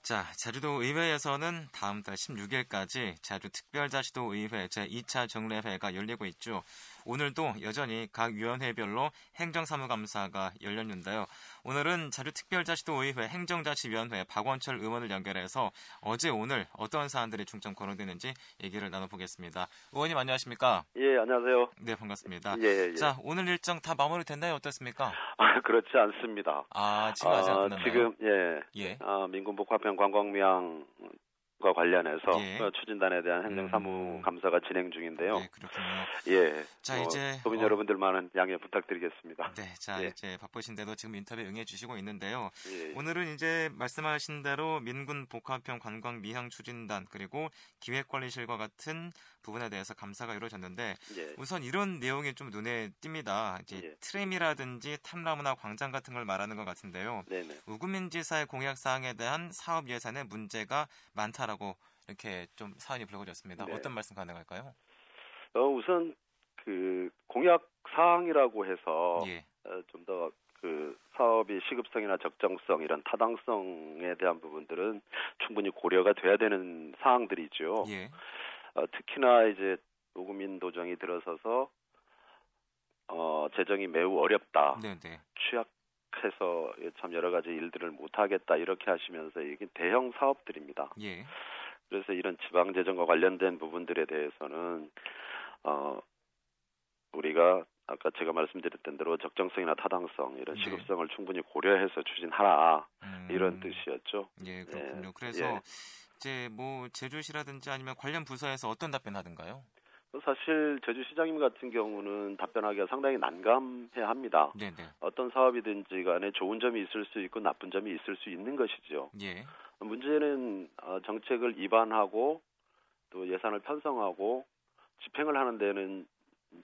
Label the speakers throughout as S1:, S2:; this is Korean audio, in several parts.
S1: 자, 제주도 의회에서는 다음 달 16일까지 제주 특별자치도 의회 제2차 정례회가 열리고 있죠. 오늘도 여전히 각 위원회별로 행정사무감사가 열렸는데요. 오늘은 자주특별자치도의회 행정자치위원회 박원철 의원을 연결해서 어제 오늘 어떠한 사안들이 중점 거론되는지 얘기를 나눠보겠습니다. 의원님 안녕하십니까?
S2: 예, 안녕하세요.
S1: 네 반갑습니다.
S2: 예, 예.
S1: 자 오늘 일정 다 마무리됐나요? 어떻습니까?
S2: 아, 그렇지 않습니다.
S1: 아 지금 아직 안
S2: 아,
S1: 끝났나요?
S2: 지금 예,
S1: 예.
S2: 아, 민군복 화평 관광명과 관련해서
S1: 예.
S2: 어, 추진단에 대한 행정사무
S1: 음.
S2: 감사가 진행 중인데요.
S1: 네 그렇군요.
S2: 예.
S1: 자,
S2: 어,
S1: 이제,
S2: 도민
S1: 어,
S2: 여러분들 많은 양해 부탁드리겠습니다.
S1: 네, 자
S2: 예.
S1: 이제 바쁘신데도 지금 인터뷰 응해주시고 있는데요.
S2: 예.
S1: 오늘은 이제 말씀하신 대로 민군 복합형 관광 미향 추진단 그리고 기획관리실과 같은 부분에 대해서 감사가 이루어졌는데
S2: 예.
S1: 우선 이런 내용이 좀 눈에 띕니다. 이제
S2: 예.
S1: 트램이라든지 탐라문화 광장 같은 걸 말하는 것 같은데요.
S2: 네, 네.
S1: 우금민지사의 공약 사항에 대한 사업 예산에 문제가 많다라고 이렇게 좀 사안이 불거졌습니다.
S2: 네.
S1: 어떤 말씀 가능할까요?
S2: 어, 우선 그 공약 사항이라고 해서 어,
S1: 예,
S2: 좀 더 그 사업이 시급성이나 적정성 이런 타당성에 대한 부분들은 충분히 고려가 돼야 되는 사항들이죠.
S1: 예,
S2: 어, 특히나 이제 노구민 도정이 들어서서 어, 재정이 매우 어렵다.
S1: 네, 네,
S2: 취약해서 참 여러 가지 일들을 못 하겠다 이렇게 하시면서 이게 대형 사업들입니다.
S1: 예,
S2: 그래서 이런 지방 재정과 관련된 부분들에 대해서는 어, 우리가 아까 제가 말씀드렸던 대로 적정성이나 타당성 이런
S1: 네.
S2: 시급성을 충분히 고려해서 추진하라
S1: 음,
S2: 이런 뜻이었죠.
S1: 예, 그렇군요.
S2: 예,
S1: 그래서
S2: 예.
S1: 이제 뭐 제주시라든지 아니면 관련 부서에서 어떤 답변하던가요?
S2: 사실 제주시장님 같은 경우는 답변하기가 상당히 난감해합니다.
S1: 네, 네,
S2: 어떤 사업이든지 간에 좋은 점이 있을 수 있고 나쁜 점이 있을 수 있는 것이죠.
S1: 예,
S2: 문제는 어, 정책을 입안하고 또 예산을 편성하고 집행을 하는 데는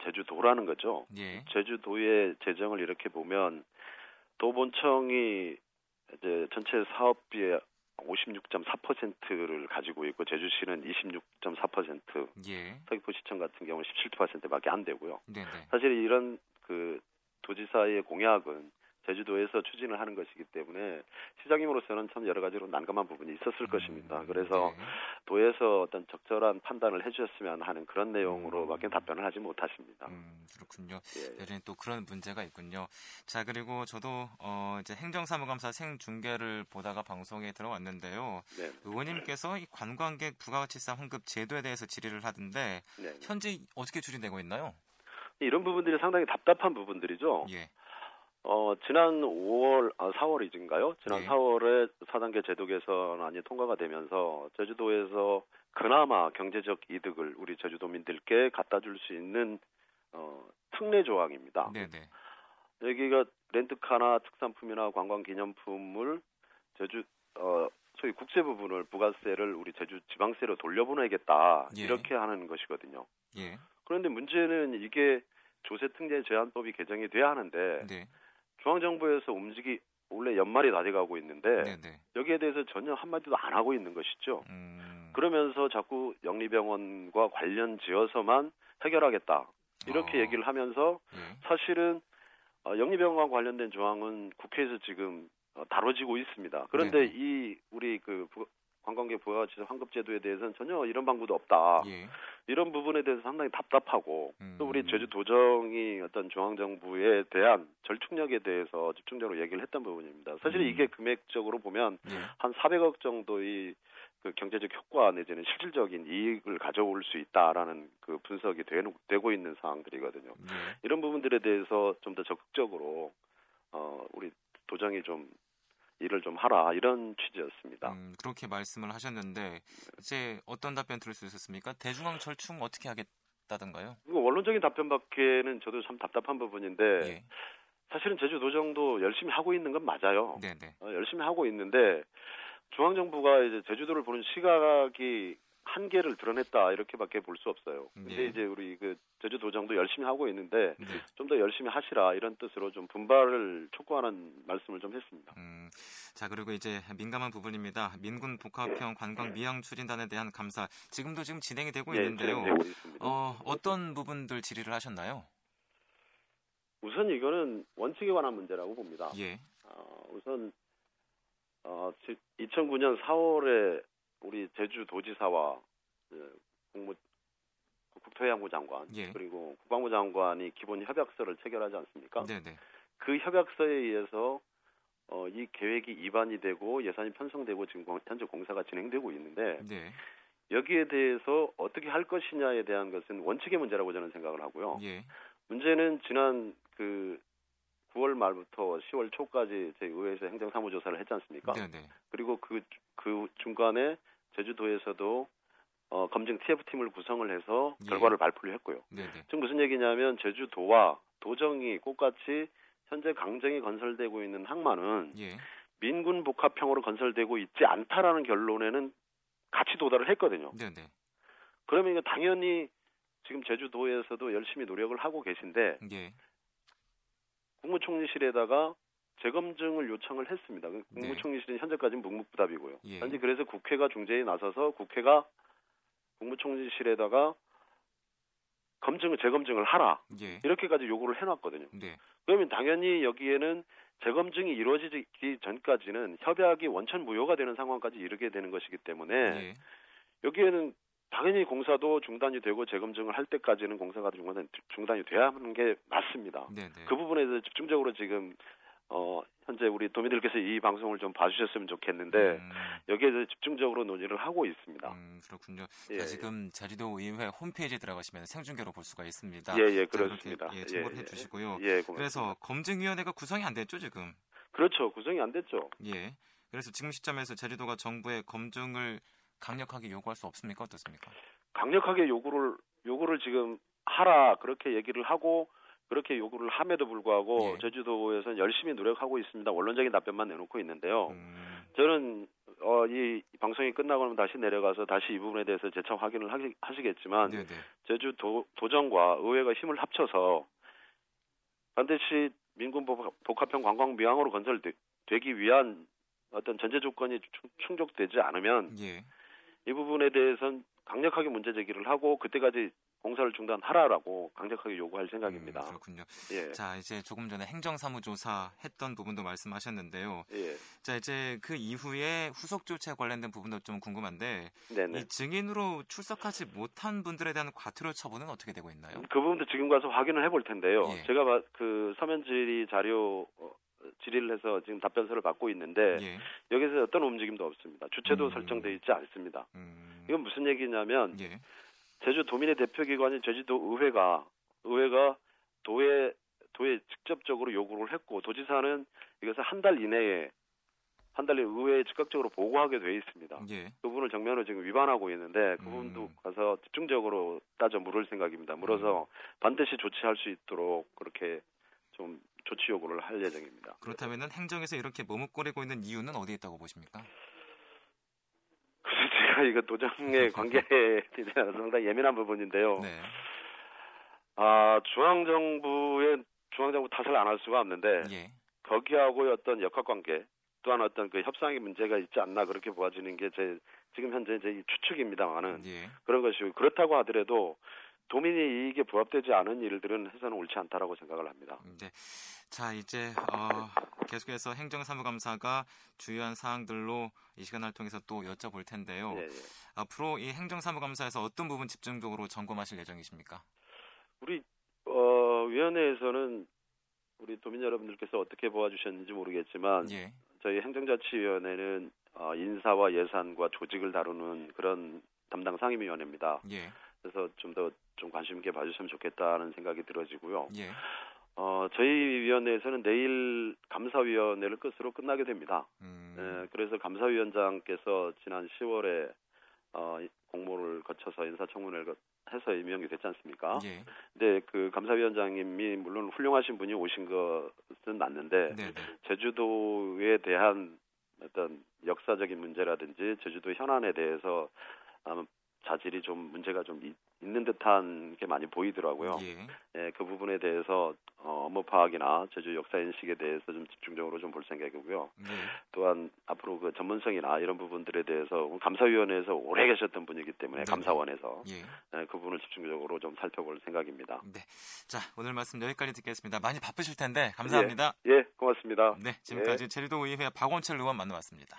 S2: 제주도라는 거죠.
S1: 예,
S2: 제주도의 재정을 이렇게 보면 도본청이 이제 전체 사업비의 56.4%를 가지고 있고 제주시는 26.4%,
S1: 예,
S2: 서귀포시청 같은 경우는 17%밖에 안 되고요.
S1: 네, 네,
S2: 사실 이런 그 도지사의 공약은 제주도에서 추진을 하는 것이기 때문에 시장님으로서는 참 여러 가지로 난감한 부분이 있었을 것입니다.
S1: 음,
S2: 그래서
S1: 네.
S2: 도에서 어떤 적절한 판단을 해주셨으면 하는 그런 내용으로밖에 답변을 하지 못하십니다.
S1: 음, 그렇군요.
S2: 예.
S1: 여전히 또 그런 문제가 있군요. 자 그리고 저도 어, 이제 행정사무감사 생중계를 보다가 방송에 들어왔는데요.
S2: 네,
S1: 의원님께서 이 관광객 부가가치상 환급 제도에 대해서 질의를 하던데
S2: 네.
S1: 현재 어떻게 추진되고 있나요?
S2: 이런 부분들이 상당히 답답한 부분들이죠.
S1: 예,
S2: 어, 지난 5월, 아, 4월이든가요? 지난
S1: 예.
S2: 4월에 4단계 제도 개선안이 통과가 되면서 제주도에서 그나마 경제적 이득을 우리 제주도민들께 갖다 줄 수 있는 어, 특례 조항입니다.
S1: 네, 네,
S2: 여기가 렌트카나 특산품이나 관광 기념품을 제주 어, 소위 국세 부분을 부가세를 우리 제주 지방세로 돌려보내겠다
S1: 예.
S2: 이렇게 하는 것이거든요.
S1: 예,
S2: 그런데 문제는 이게 조세 특례 제한법이 개정이 돼야 하는데
S1: 네,
S2: 중앙정부에서 움직이 원래 연말이 다 돼가고 있는데
S1: 네, 네,
S2: 여기에 대해서 전혀 한마디도 안 하고 있는 것이죠.
S1: 음,
S2: 그러면서 자꾸 영리병원과 관련 지어서만 해결하겠다 이렇게
S1: 어,
S2: 얘기를 하면서
S1: 예,
S2: 사실은 어, 영리병원과 관련된 조항은 국회에서 지금 어, 다뤄지고 있습니다. 그런데
S1: 네네.
S2: 이 우리 그 부- 관광객 부가가치 환급제도에 대해서는 전혀 이런 방구도 없다.
S1: 예,
S2: 이런 부분에 대해서 상당히 답답하고
S1: 음,
S2: 또 우리 제주도정이 어떤 중앙정부에 대한 절충력에 대해서 집중적으로 얘기를 했던 부분입니다. 사실
S1: 음.
S2: 이게 금액적으로 보면
S1: 예,
S2: 한 400억 정도의 그 경제적 효과 내지는 실질적인 이익을 가져올 수 있다라는 그 분석이 되는- 되고 있는 사항들이거든요.
S1: 예.
S2: 이런 부분들에 대해서 좀 더 적극적으로 어, 우리 도정이 좀 일을 좀 하라 이런 취지였습니다.
S1: 음, 그렇게 말씀을 하셨는데 이제 어떤 답변 들을 수 있었습니까? 대중앙 절충 어떻게 하겠다던가요?
S2: 이거 원론적인 답변밖에는 저도 참 답답한 부분인데
S1: 예,
S2: 사실은 제주도정도 열심히 하고 있는 건 맞아요.
S1: 네, 네,
S2: 어, 열심히 하고 있는데 중앙정부가 이제 제주도를 보는 시각이 한계를 드러냈다 이렇게밖에 볼 수 없어요. 근데
S1: 예.
S2: 이제 우리 그 제주도정도 열심히 하고 있는데
S1: 네.
S2: 좀 더 열심히 하시라 이런 뜻으로 좀 분발을 촉구하는 말씀을 좀 했습니다.
S1: 음, 자 그리고 이제 민감한 부분입니다. 민군 복합형 관광 미양 추진단에 대한 감사 지금도 지금 진행이 되고
S2: 예,
S1: 있는데요.
S2: 진행되고 있습니다.
S1: 어 어떤 부분들 질의를 하셨나요?
S2: 우선 이거는 원칙에 관한 문제라고 봅니다.
S1: 예,
S2: 어, 우선 어, 2009년 4월에 우리 제주도지사와 그 국무 국토해양부 장관
S1: 예.
S2: 그리고 국방부 장관이 기본 협약서를 체결하지 않습니까?
S1: 네네.
S2: 그 협약서에 의해서 어, 이 계획이 입안이 되고 예산이 편성되고 지금 공- 현재 공사가 진행되고 있는데
S1: 네.
S2: 여기에 대해서 어떻게 할 것이냐에 대한 것은 원칙의 문제라고 저는 생각을 하고요.
S1: 예.
S2: 문제는 지난 그 9월 말부터 10월 초까지 저희 의회에서 행정사무 조사를 했지 않습니까?
S1: 예. 네네.
S2: 그리고 그, 그 중간에 제주도에서도 어, 검증 TF팀을 구성을 해서
S1: 예.
S2: 결과를 발표를 했고요.
S1: 네네.
S2: 지금 무슨 얘기냐면 제주도와 도정이 똑같이 현재 강정이 건설되고 있는 항만은
S1: 예.
S2: 민군 복합형으로 건설되고 있지 않다라는 결론에는 같이 도달을 했거든요.
S1: 네네.
S2: 그러면 이거 당연히 지금 제주도에서도 열심히 노력을 하고 계신데
S1: 예.
S2: 국무총리실에다가 재검증을 요청을 했습니다. 그 국무총리실은 현재까지는 묵묵부답이고요.
S1: 네. 예.
S2: 현재 그래서 국회가 중재에 나서서 국회가 국무총리실에다가 검증을 재검증을 하라
S1: 예.
S2: 이렇게까지 요구를 해놨거든요.
S1: 네.
S2: 그러면 당연히 여기에는 재검증이 이루어지기 전까지는 협약이 원천 무효가 되는 상황까지 이르게 되는 것이기 때문에
S1: 예.
S2: 여기에는 당연히 공사도 중단이 되고 재검증을 할 때까지는 공사가 중단, 중단이 돼야 하는 게 맞습니다.
S1: 네네.
S2: 그 부분에 대해서 집중적으로 지금 어, 현재 우리 도민들께서 이 방송을 좀 봐주셨으면 좋겠는데
S1: 음,
S2: 여기에 대해서 집중적으로 논의를 하고 있습니다.
S1: 음, 그렇군요.
S2: 예,
S1: 자, 지금 제주도 의회 홈페이지에 들어가시면 생중계로 볼 수가 있습니다.
S2: 예, 예,
S1: 자, 그렇게,
S2: 그렇습니다.
S1: 예, 참고해 주시고요.
S2: 예, 고맙습니다.
S1: 그래서 검증위원회가 구성이 안 됐죠 지금.
S2: 그렇죠. 구성이 안 됐죠.
S1: 예. 그래서 지금 시점에서 제주도가 정부에 검증을 강력하게 요구할 수 없습니까? 어떻습니까?
S2: 강력하게 요구를 요구를 지금 하라 그렇게 얘기를 하고 그렇게 요구를 함에도 불구하고
S1: 예.
S2: 제주도에서는 열심히 노력하고 있습니다. 원론적인 답변만 내놓고 있는데요.
S1: 음,
S2: 저는 어, 이 방송이 끝나고 나면 다시 내려가서 다시 이 부분에 대해서 재차 확인을 하시, 하시겠지만
S1: 네네.
S2: 제주 도, 도정과 의회가 힘을 합쳐서 반드시 민군 복- 복합형 관광 미항으로 건설되기 위한 어떤 전제 조건이 충- 충족되지 않으면
S1: 예.
S2: 이 부분에 대해서는 강력하게 문제 제기를 하고 그때까지 공사를 중단하라라고 강력하게 요구할 생각입니다.
S1: 음, 그렇군요.
S2: 예.
S1: 자, 이제 조금 전에 행정사무조사 했던 부분도 말씀하셨는데요.
S2: 예.
S1: 자, 이제 그 이후에 후속 조치에 관련된 부분도 좀 궁금한데
S2: 네네.
S1: 이 증인으로 출석하지 못한 분들에 대한 과태료 처분은 어떻게 되고 있나요?
S2: 그 부분도 지금 가서 확인을 해볼 텐데요.
S1: 예.
S2: 제가 봐- 그 서면 질의 자료 어, 질의를 해서 지금 답변서를 받고 있는데
S1: 예.
S2: 여기서 어떤 움직임도 없습니다. 주체도
S1: 음.
S2: 설정돼 있지 않습니다.
S1: 음,
S2: 이건 무슨 얘기냐면
S1: 예.
S2: 제주 도민의 대표기관인 제주도 의회가 의회가 도에 도에 직접적으로 요구를 했고 도지사는 이것을 한 달 이내에 한 달 이내 의회에 즉각적으로 보고하게 돼 있습니다.
S1: 예.
S2: 그 부분을 정면으로 지금 위반하고 있는데 그 부분도
S1: 음.
S2: 가서 집중적으로 따져 물을 생각입니다. 물어서 반드시 조치할 수 있도록 그렇게 좀 조치 요구를 할 예정입니다.
S1: 그렇다면은 행정에서 이렇게 머뭇거리고 있는 이유는 어디에 있다고 보십니까?
S2: 그래서 제가 이거 도정의 관계에 대해서 상당히 예민한 부분인데요.
S1: 네.
S2: 아 중앙정부의 중앙정부 탓을 안 할 수가 없는데
S1: 예.
S2: 거기하고의 어떤 역학관계 또한 어떤 그 협상의 문제가 있지 않나 그렇게 보아지는 게 제 지금 현재 제 추측입니다만은
S1: 예.
S2: 그런 것이고 그렇다고 하더라도 도민의 이익에 부합되지 않은 일들은 해서는 옳지 않다라고 생각을 합니다.
S1: 네. 자 이제 어, 계속해서 행정사무감사가 주요한 사항들로 이 시간을 통해서 또 여쭤볼 텐데요.
S2: 예, 예.
S1: 앞으로 이 행정사무감사에서 어떤 부분 집중적으로 점검하실 예정이십니까?
S2: 우리 어, 위원회에서는 우리 도민 여러분들께서 어떻게 보아주셨는지 모르겠지만
S1: 예.
S2: 저희 행정자치위원회는 어, 인사와 예산과 조직을 다루는 그런 담당 상임위원회입니다.
S1: 예.
S2: 그래서 좀 더 좀 관심 있게 봐주시면 좋겠다는 생각이 들어지고요.
S1: 예.
S2: 어, 저희 위원회에서는 내일 감사위원회를 끝으로 끝나게 됩니다.
S1: 음,
S2: 예, 그래서 감사위원장께서 지난 10월에 어, 이- 공모를 거쳐서 인사청문회를 거- 해서 임명이 됐지 않습니까?
S1: 예.
S2: 근데 그 감사위원장님이 물론 훌륭하신 분이 오신 것은 맞는데
S1: 네. 네.
S2: 제주도에 대한 어떤 역사적인 문제라든지 제주도 현안에 대해서 아마 자질이 좀 문제가 좀 있, 있는 듯한 게 많이 보이더라고요.
S1: 예.
S2: 예, 그 부분에 대해서 어, 업무 파악이나 제주 역사 인식에 대해서 좀 집중적으로 좀 볼 생각이고요.
S1: 예.
S2: 또한 앞으로 그 전문성이나 이런 부분들에 대해서 감사위원회에서 오래 계셨던 분이기 때문에
S1: 네.
S2: 감사원에서
S1: 예.
S2: 예, 그 부분을 집중적으로 좀 살펴볼 생각입니다.
S1: 네. 자, 오늘 말씀 여기까지 듣겠습니다. 많이 바쁘실 텐데 감사합니다.
S2: 예, 고맙습니다.
S1: 네, 지금까지 제주도 의회 박원철 의원 만나봤습니다.